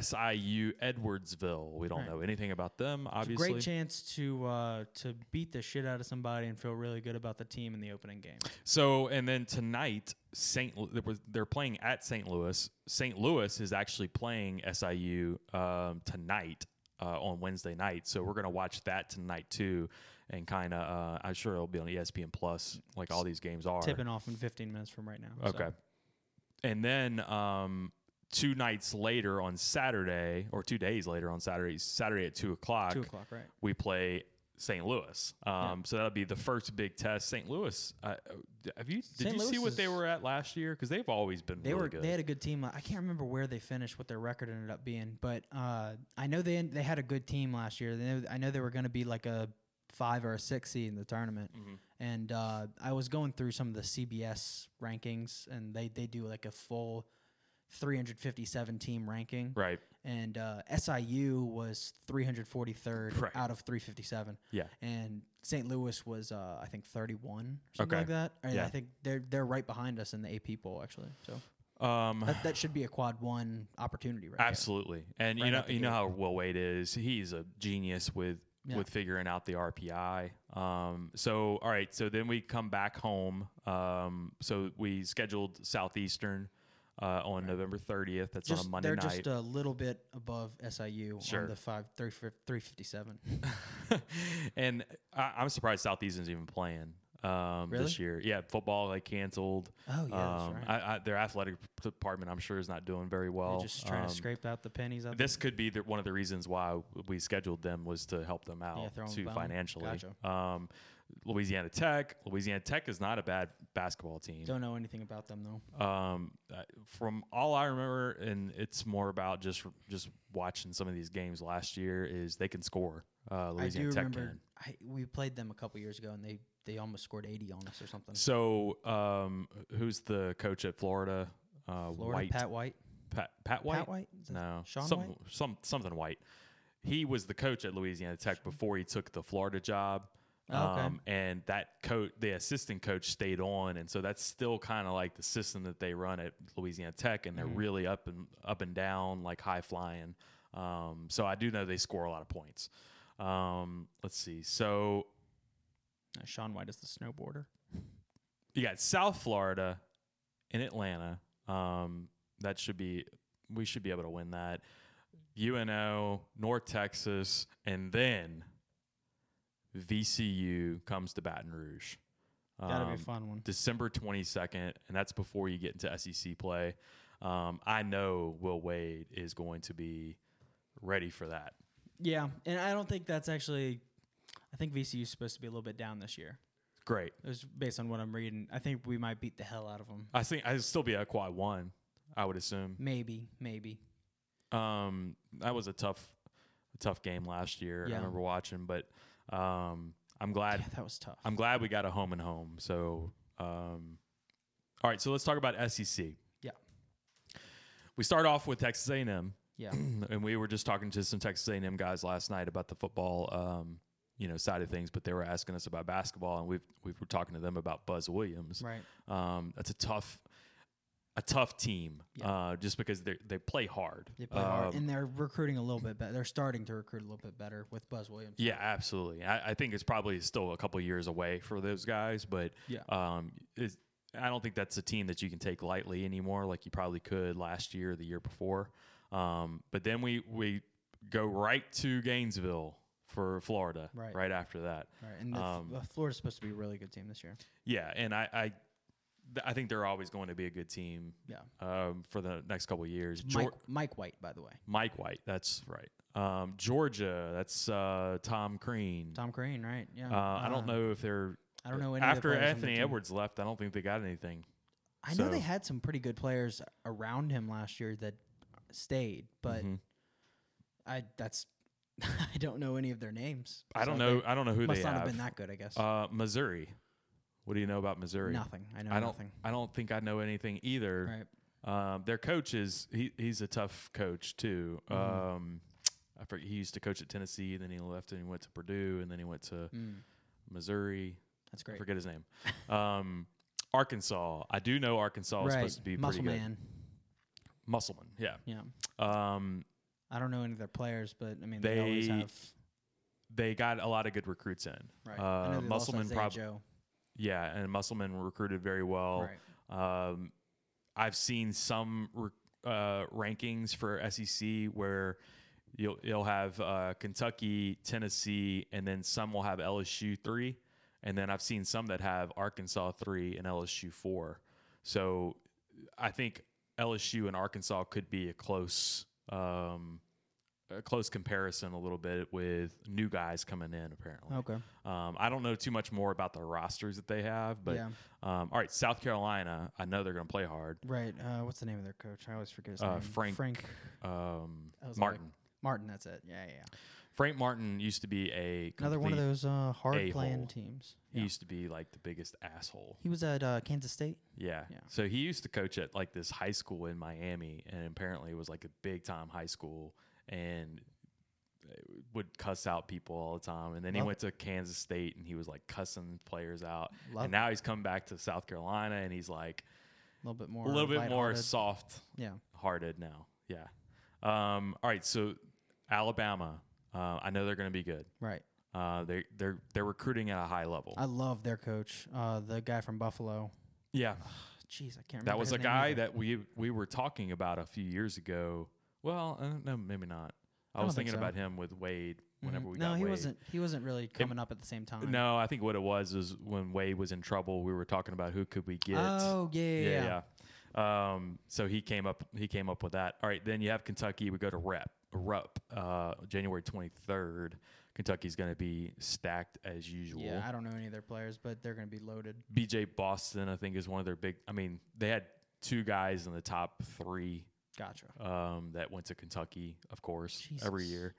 SIU Edwardsville. We don't
Right.
know anything about them, obviously.
Great chance to uh, to beat the shit out of somebody and feel really good about the team in the opening game.
So, and then tonight, Saint Lu- there was- they're playing at St. Louis. St. Louis is actually playing SIU um, tonight uh, on Wednesday night. So we're gonna watch that tonight too, and kind of uh, I'm sure it'll be on ESPN Plus, like all these games are.
Tipping off in 15 minutes from right now. so.
Okay. And then um, two nights later on Saturday, or two days later on Saturday, Saturday at two o'clock.
Two o'clock, right?
We play St. Louis. Um, So that'll be the first big test. St. Louis. Uh, have you did
St.
you see
Louis
what they
is-
were at last year? Because they've always been
They
really
were
good.
they had a good team. I can't remember where they finished, what their record ended up being, but uh, I know they they had a good team last year. They, I know they were going to be like a five or a six seed in the tournament, and uh, I was going through some of the CBS rankings, and they they do like a full 357 team ranking,
right.
and uh, SIU was 343rd
Right.
out of 357.
Yeah.
And St. Louis was, uh, I think, 31 or something
Okay.
like that. Or
Yeah.
I think they're they're right behind us in the AP poll actually. So
Um,
That, that should be a quad one opportunity, right? there.
Absolutely, and
Right
you know
out the
you know
gate.
how Will Wade is. He's a genius with
Yeah.
with figuring out the RPI. Um, so all right, so then we come back home. Um, so we scheduled Southeastern uh, on November thirtieth. That's
Just,
on a Monday
they're
night.
just a little bit above SIU
Sure.
on the five three three fifty seven.
and I, I'm surprised Southeastern's even playing um, this year. Yeah, football like canceled.
Oh, yeah, that's
Um,
right.
I, I, their athletic department, I'm sure, is not doing very well.
They're just trying
Um,
to scrape out the pennies. Out
this could be the, one of the reasons why we scheduled them was to help them out
throw 'em a
to
bone.
financially.
Gotcha.
Um, Louisiana Tech. Louisiana Tech is not a bad basketball team.
there. Don't know anything about them though.
Um, I- from all I remember, and it's more about just just watching some of these games last year. Is they can score. Uh, Louisiana
I do
Tech
remember
can.
I, we played them a couple years ago, and they they almost scored eighty on us or something.
So, um, who's the coach at Florida? Uh,
Florida
White.
Pat White.
Pat, Pat White.
White? Is that
No.
Sean
some,
White?
Some, something White. He was the coach at Louisiana Tech before he took the Florida job. Um,
Oh, okay.
and that coach, the assistant coach, stayed on, and so that's still kind of like the system that they run at Louisiana Tech, and they're
Mm-hmm.
really up and up and down, like high flying. Um, so I do know they score a lot of points. Um, let's see. So
Uh, Sean White is the snowboarder.
you got South Florida in Atlanta. Um, that should be we should be able to win that. UNO, North Texas, and then VCU comes to Baton Rouge.
That'll
Um,
be a fun one.
December 22nd, and that's before you get into SEC play. Um, I know Will Wade is going to be ready for that.
Yeah, and I don't think that's actually. I think VCU is supposed to be a little bit down this year.
Great.
It was based on what I'm reading. I think we might beat the hell out of them.
I think I'd still be a quad one, I would assume.
Maybe, maybe.
Um, that was a tough, tough game last year. I
Yeah.
remember watching, but um, I'm glad.
Yeah, that was tough.
I'm glad we got a home and home. So, um, all right. So let's talk about SEC.
Yeah.
We start off with Texas A&M,
Yeah.
and we were just talking to some Texas A&M guys last night about the football, um, you know, side of things. But they were asking us about basketball, and we've we were talking to them about Buzz Williams.
right.
Um, that's a tough, a tough team,
Yeah.
uh, just because they they play hard.
They play hard,
Um,
and they're recruiting a little bit better. They're starting to recruit a little bit better with Buzz Williams.
Yeah, absolutely. I, I think it's probably still a couple years away for those guys, but
Yeah.
um, it's, I don't think that's a team that you can take lightly anymore, like you probably could last year or the year before. Um, but then we we go right to Gainesville for Florida
Right.
after that.
Right. And the F-
Um,
uh, Florida's supposed to be a really good team this year.
Yeah, and I. I th- I think they're always going to be a good team
Yeah.
um, for the next couple of years.
Mike,
Geor-
Mike White, by the way.
Mike White, that's right. Um, Georgia, that's uh, Tom Crean.
Tom Crane, right? Yeah.
Uh, I don't know if they're.
I don't know any of the
After
players on the
Anthony
team.
Edwards left, I don't think they got anything.
I know they
so-
had some pretty good players around him last year that stayed, but
Mhm.
I that's I don't know any of their names.
I don't
So they
know. I don't know who
must
they
not
have.
have been that good, I guess.
uh, Missouri. What do you know about Missouri?
nothing. I know
I don't.
nothing.
I don't think I know anything either.
Right.
Um, their coach is he, he's a tough coach too.
Mm-hmm.
Um, I forget, he used to coach at Tennessee, then he left and he went to Purdue, and then he went to
Mm,
Missouri.
that's
I
great.
forget his name. um, Arkansas. I do know Arkansas is supposed to be
Muscle
pretty
Man.
good. Musselman. Yeah.
Yeah.
Um,
I don't know any of their players, but I mean they, always
They-
have
they got a lot of good recruits in.
right. I know
Uh,
they lost
Musselman
Isaiah
probably,
Joe.
yeah, and Musselman recruited very well.
Right.
Um, I've seen some re- uh, rankings for SEC where you'll you'll have uh, Kentucky, Tennessee, and then some will have LSU three, and then I've seen some that have Arkansas three and LSU four. So I think LSU and Arkansas could be a close. Um, a close comparison a little bit with new guys coming in apparently.
Okay.
Um, I don't know too much more about the rosters that they have, but
Yeah.
um, all right, South Carolina. I know they're going to play hard.
Right. Uh, what's the name of their coach? I always forget his
Uh,
name.
Frank,
Frank
Um,
I was like-
Martin.
Martin, that's it. Yeah, yeah. yeah.
Frank Martin used to be a
Another one of
complete-
those uh, hard playing
a-hole.
teams.
He
Yeah.
used to be like the biggest asshole.
He was at uh, Kansas State.
Yeah.
Yeah.
So he used to coach at like this high school in Miami, and apparently it was like a big time high school, and would cuss out people all the time. And then he
Love
went to Kansas State, and he was like cussing players out.
Love
and now he's come back to South Carolina, and he's like,
little bit more.
a little bit more
lighthearted.
soft
Yeah.
hearted now. Yeah. Um, all right. So Alabama, uh, I know they're going to be good.
Right.
Uh, they they're they're recruiting at a high level.
I love their coach, uh, the guy from Buffalo.
yeah,
Jeez, I can't remember.
that was
his
a
name
guy
either.
that we we were talking about a few years ago. Well, uh, no, maybe not. I,
don't
was
think
thinking
so.
about him with Wade whenever we
Mm-hmm. no,
got
he
Wade.
wasn't. He wasn't really coming up at the same time.
No, I think what it was is when Wade was in trouble, we were talking about who could we get.
Oh yeah, yeah. yeah.
yeah. yeah. Um, so he came up he came up with that. All right, then you have Kentucky. We go to Rep Rupp, uh, January twenty third. Kentucky's going to be stacked as usual.
Yeah, I don't know any of their players, but they're going to be loaded.
BJ Boston, I think, is one of their big. I mean, they had two guys in the top three
Gotcha.
um, that went to Kentucky, of course, every year.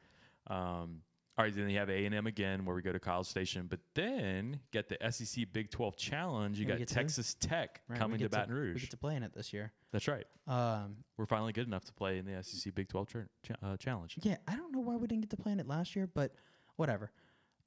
Um, all right, then you have A and M again, where we go to College Station, but then get the SEC Big Twelve Challenge. You
And we
got
get to-
Texas Tech
Right, we
coming to
get
Baton
We
Rouge.
get to play in it this year.
That's right.
Um,
We're finally good enough to play in the SEC Big Twelve tra- cha- uh, Challenge.
yeah, I don't know why we didn't get to play in it last year, but whatever.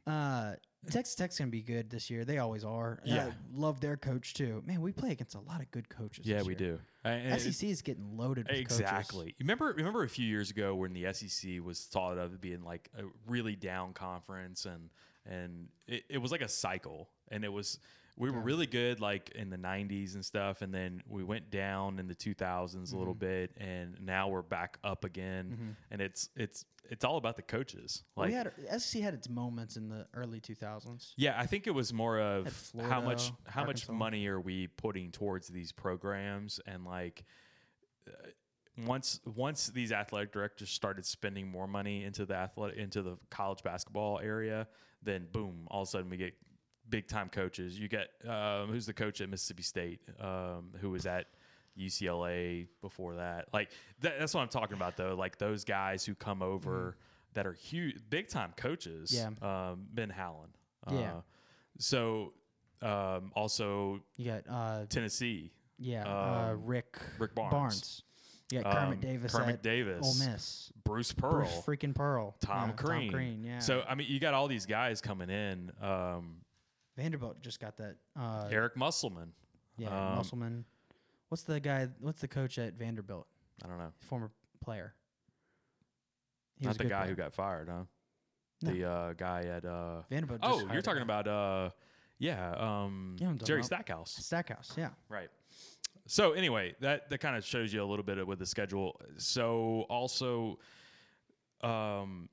Uh, Texas Tech's going to be good this year. They always are. And I
Yeah.
love their coach too. Man, we play against a lot of good coaches.
Yeah,
this
we
year.
do. And- and
SEC E is getting loaded. With coaches.
Exactly. You Remember, remember a few years ago when the SEC was thought of being like a really down conference, and and it, it was like a cycle, and it was we were really good like in the '90s and stuff, and then we went down in the 2000s a
Mm-hmm.
little bit, and now we're back up again, and it's it's it's all about the coaches. Like,
we had SEC had its moments in the early 2000s.
yeah, I think it was more of
Had
how much
Florida,
how
Arkansas.
much money are we putting towards these programs and like uh, once once these athletic directors started spending more money into the athletic into the college basketball area, then boom, all of a sudden we get big time coaches. You get um, who's the coach at Mississippi State um, who was at UCLA before that. Like that, that's what I'm talking about though. Like those guys who come over that are huge, big time coaches.
Mm-hmm. Yeah.
Um, ben Hallen.
Yeah.
Uh, so um, also
You got uh,
Tennessee,
yeah, uh,
um,
Rick
Rick Barnes.
You got Kermit
Um,
Davis.
Kermit
at
Davis.
Ole Miss.
Bruce Pearl,
Bruce freaking Pearl.
Tom
Yeah,
Crean.
Tom Crean. Yeah.
So I mean, you got all these guys coming in. Um,
Vanderbilt just got that. Uh,
Eric Musselman.
yeah.
um,
Musselman. What's the guy? What's the coach at Vanderbilt?
I don't know.
Former player. He
Not
was a
the
good
guy who
player.
got fired, huh?
No.
The uh, guy at uh,
Vanderbilt. just
Oh,
hired
you're
a
talking
guy.
about uh, yeah, um,
Yeah, I'm talking
Jerry
about-
Stackhouse,
Stackhouse. Yeah.
right? So anyway, that that kind of shows you a little bit of with the schedule. So also, um,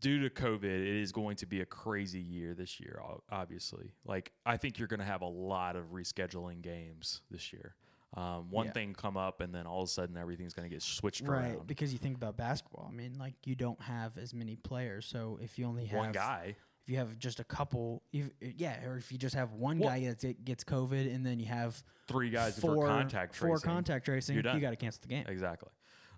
due to COVID, it is going to be a crazy year this year. ob- Obviously, like I think you're going to have a lot of rescheduling games this year. Um, one
Yeah.
thing come up, and then all of a sudden everything's going to get switched
Right,
around.
because you think about basketball. I mean, like you don't have as many players, so if you only have
One guy,
if you have just a couple, if, yeah, or if you just have one
Well-
guy that it gets COVID and then you have
three guys for
four
contact tracing.
four contact tracing,
You're done.
you got to cancel the game.
Exactly.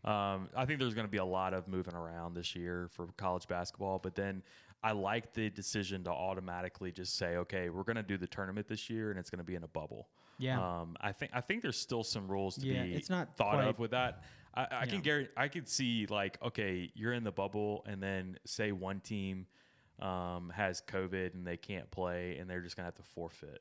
Um, I think there's going to be a lot of moving around this year for college basketball, but then I like the decision to automatically just say, okay, we're going to do the tournament this year, and it's going to be in a bubble.
Yeah.
Um, I think I think there's still some rules to
Yeah,
be
it's not
thought
quite-
of with that. I, I can guarantee I could see like okay, you're in the bubble, and then say one team um, has COVID and they can't play, and they're just going to have to forfeit.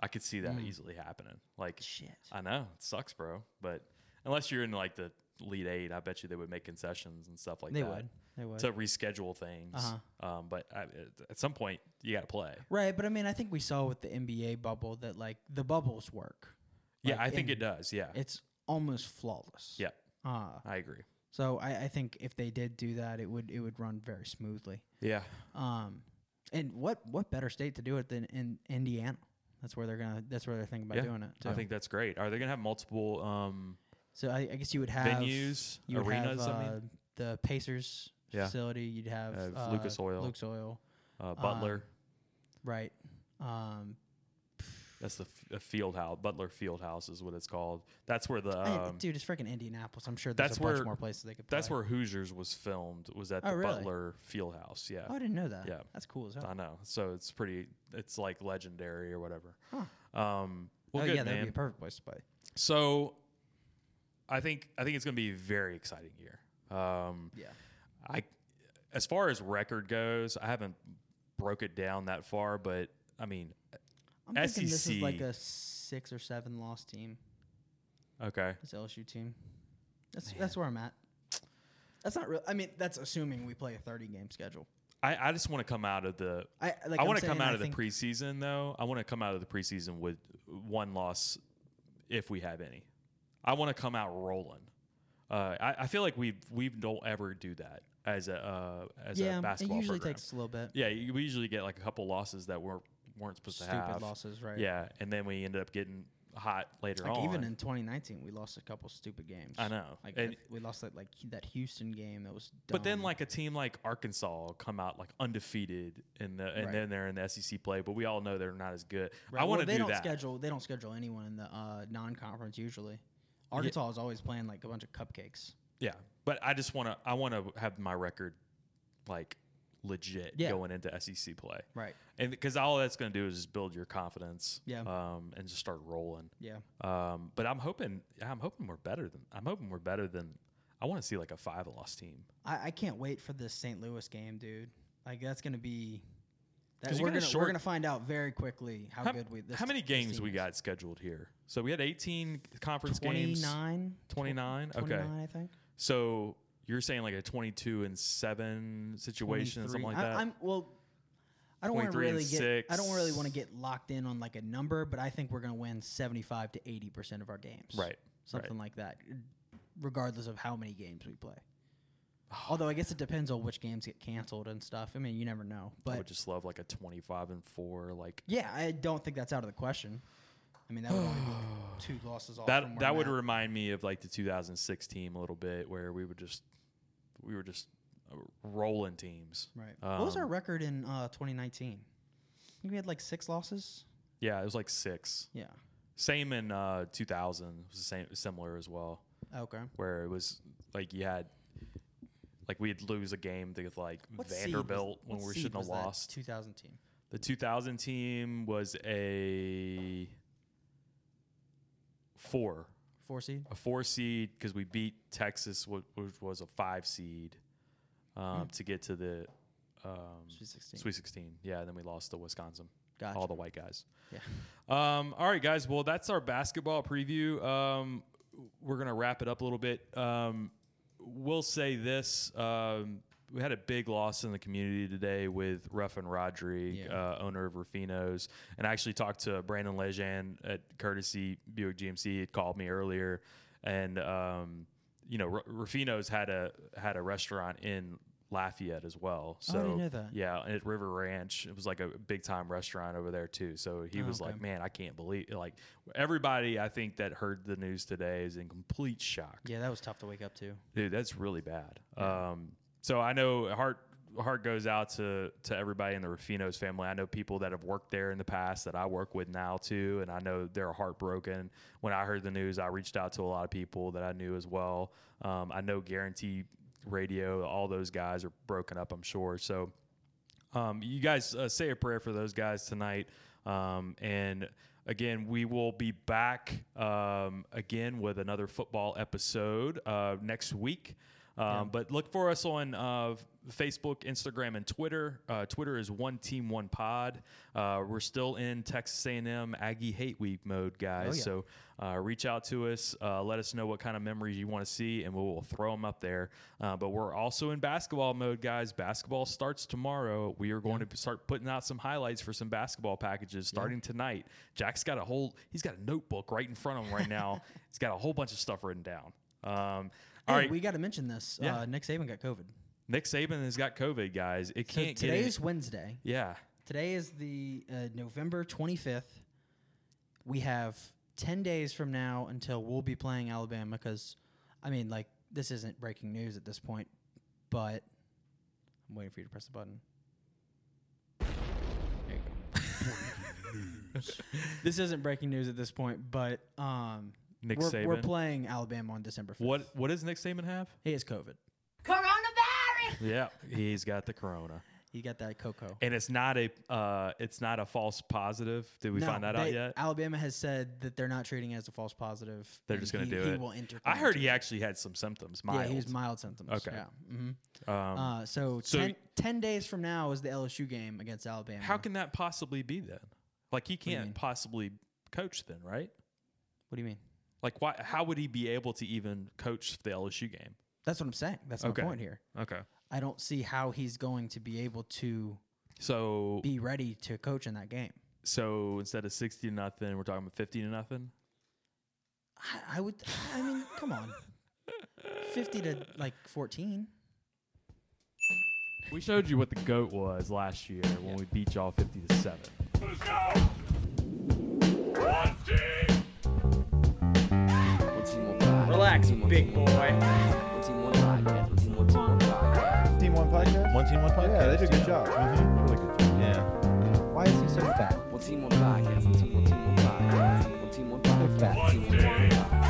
I could see
Mm.
that easily happening. Like
Shit.
I know it sucks, bro. But unless you're in like the lead eight, I bet you they would make concessions and stuff like
They
that.
would. They would. Uh-huh.
to reschedule things. Um, but I, at- at some point, you got to play.
right, but I mean, I think we saw with the NBA bubble that like the bubbles work.
Yeah,
Like,
I think
and
it does. Yeah,
It's almost flawless.
yeah,
Uh,
I agree.
so I, I think if they did do that, it would it would run very smoothly.
Yeah,
Um, and what what better state to do it than in Indiana? That's where they're gonna. That's where they're thinking about
Yeah,
doing it. Too.
I think that's great. Are they gonna have multiple? Um,
so. I, I guess you would have
venues,
you would have,
arenas, I mean?
uh, the Pacers
Yeah.
facility. You'd have
Uh,
uh,
Lucas Oil.
Lucas Oil,
uh, Butler.
um, right? Um,
that's the f- a field house. Butler Field House is what it's called. That's where the
I-
um,
dude, it's freaking Indianapolis. I'm sure there's
that's
a bunch
where-
more places they could. Play.
that's where Hoosiers was filmed. Was at
Oh,
the
really?
Butler Field House. Yeah.
Oh, I didn't know that.
Yeah.
that's cool as hell.
I know. So it's pretty. It's like legendary or whatever. Um, well,
oh
good
yeah, that'd
man.
be a perfect place to play.
so I think I think it's going to be a very exciting year. Um,
Yeah.
I as far as record goes, I haven't broke it down that far, but I mean, E
I'm thinking this is like
SEC.
a six or seven loss team.
Okay.
This LSU team. That's that's where I'm at. That's not real. I mean, that's assuming we play a 30 game schedule.
I, I just want to come out of the.
I like.
I
I'm
want to
saying,
come out
I
of the
think-
preseason though. I want to come out of the preseason with one loss, if we have any. I want to come out rolling. Uh, I, I feel like we we don't ever do that as a uh, as
Yeah,
a basketball.
it usually
program.
takes a little bit.
Yeah, you- we usually get like a couple losses that we're weren't supposed
Stupid
to have.
losses, right?
Yeah, and then we end up getting hot later
Like
on.
even in 2019, we lost a couple stupid games.
I know.
Like
And-
if we lost that like that Houston game that was. Dumb.
but then like a team like Arkansas will come out like undefeated in the and
Right.
then they're in the SEC play, but we all know they're not as good.
Right,
I want
well,
to
they
do
don't
that.
schedule. They don't schedule anyone in the uh, non-conference usually. Arkansas is always playing like a bunch of cupcakes.
Yeah, but I just want to I want to have my record like legit
Yeah.
going into SEC play.
Right.
And because all that's going to do is just build your confidence,
Yeah.
um, and just start rolling.
Yeah.
Um, but I'm hoping, yeah, I'm hoping we're better than I'm hoping we're better than I want to see like a five loss team.
I, I can't wait for this St. Louis game, dude. Like that's gonna be. That,
'Cause you
we're
got a
gonna
short-
we're gonna find out very quickly how,
How,
good we. This
how many
this
games
team
we
is.
got scheduled here? So we had 18 conference games.
29?
29? Okay.
29, I think.
So you're saying like a 22 and seven situation, something
23.
like that.
I, am well. I don't want to
23 and
really get. I don't really
six.
want to get locked in on like a number, but I think we're gonna win 75 to 80 percent of our games.
Right,
Something like that, regardless of how many games we play. Although I guess it depends on which games get canceled and stuff. I mean, you never know.
I
But
would just love like a 25 and four, like
Yeah, I don't think that's out of the question. I mean, that would only be like two losses off. from
that.
where
That
I'm
would
at.
remind me of like the 2006 team a little bit, where we would just we were just uh, rolling teams.
right. what was our
Um,
record in uh, 2019? I think we had like six losses.
Yeah, it was like six.
Yeah.
Same in uh, 2000 it was the same similar as well,
Okay.
where it was like you had like we'd lose a game to like
What seed was-
Vanderbilt when
what
we
seed
shouldn't have
was that
lost.
2000 team.
The 2000 team was a four,
Four seed.
a four seed because we beat Texas, wh- which was a five seed, um, to get to the um,
Sweet 16.
Sweet 16. Yeah, and then we lost to Wisconsin.
Gotcha.
All the white guys.
Yeah.
Um, all right, guys. Well, that's our basketball preview. Um, we're gonna wrap it up a little bit. Um, we'll say this: um, we had a big loss in the community today with Ruff and Rodri,
Yeah.
uh, owner of Rufino's, and I actually talked to Brandon Lejean at Courtesy Buick GMC. He had called me earlier, and um, you know, Ru- Rufino's had a had a restaurant in. Lafayette as well. So
Oh, I didn't know that.
yeah, at River Ranch, it was like a big time restaurant over there too. So he
Oh,
was
okay.
like, "Man, I can't believe!" Like everybody, I think that heard the news today is in complete shock.
Yeah, that was tough to wake up to.
Dude, that's really bad. Um, so I know heart heart goes out to to everybody in the Rufino's family. I know people that have worked there in the past that I work with now too, and I know they're heartbroken. When I heard the news, I reached out to a lot of people that I knew as well. Um, I know Guarantee Radio, all those guys are broken up. I'm sure. So um, you guys uh, say a prayer for those guys tonight. Um, and again, we will be back um, again with another football episode uh, next week. Um, But look for us on uh, Facebook, Instagram, and Twitter. Uh, Twitter is one team, one pod. Uh, we're still in Texas A&M Aggie Hate Week mode, guys.
Oh,
So uh, reach out to us. Uh, let us know what kind of memories you want to see, and we'll throw them up there. Uh, but we're also in basketball mode, guys. Basketball starts tomorrow. We are going to start putting out some highlights for some basketball packages starting tonight. Jack's got a whole, he's got a notebook right in front of him right now. he's got a whole bunch of stuff written down. Um, all
hey,
right,
we got to mention this.
Yeah.
Uh, Nick Saban got COVID.
Nick Saban has got COVID, guys. It
So
can't get
today
any-
is Wednesday.
yeah.
Today is the uh, November 25th. We have 10 days from now until we'll be playing Alabama because, I mean, like, this isn't breaking news at this point, but I'm waiting for you to press the button. There you go. this isn't breaking news at this point, but um,
Nick
we're, we're
Saban?
playing Alabama on December 5th.
What what does Nick Saban have?
He has COVID.
Coronavirus!
Yeah, he's got the corona,
He got that cocoa.
and it's not a uh, it's not a false positive. Did we
No,
find that out
they-
yet?
Alabama has said that they're not treating it as a false positive.
They're
and
just going
he-
to do
he
it.
Will enter
I heard he
quarantine.
actually had some symptoms. Mild.
Yeah, he was mild symptoms.
Okay.
Yeah. hmm
Um,
uh, so
so-
ten, 10 days from now is the LSU game against Alabama.
How can that possibly be then? Like he
Uh-huh. you
can't
mean?
possibly coach then, right?
What do you mean?
Like, why? How would he be able to even coach the LSU game?
That's what I'm saying. That's my
Okay.
point here.
Okay.
I don't see how he's going to be able to
So,
be ready to coach in that game.
so instead of sixty to nothing, we're talking about fifty to nothing.
I, I would. I mean, come on. Fifty to like fourteen.
We showed you what the goat was last year when we beat y'all fifty to seven.
Let's go! One team!
One team, one podcast. Relax, One team, one big team, one boy. podcast. One team, one podcast. One team, one team, one podcast.
Team One Podcast?
One team, one podcast.
Yeah, they did a good job.
Mhm, Really good job. Yeah.
Why is he so fat?
One team, one podcast. One team, one team, one podcast. One team, one podcast. One team, one team, one podcast.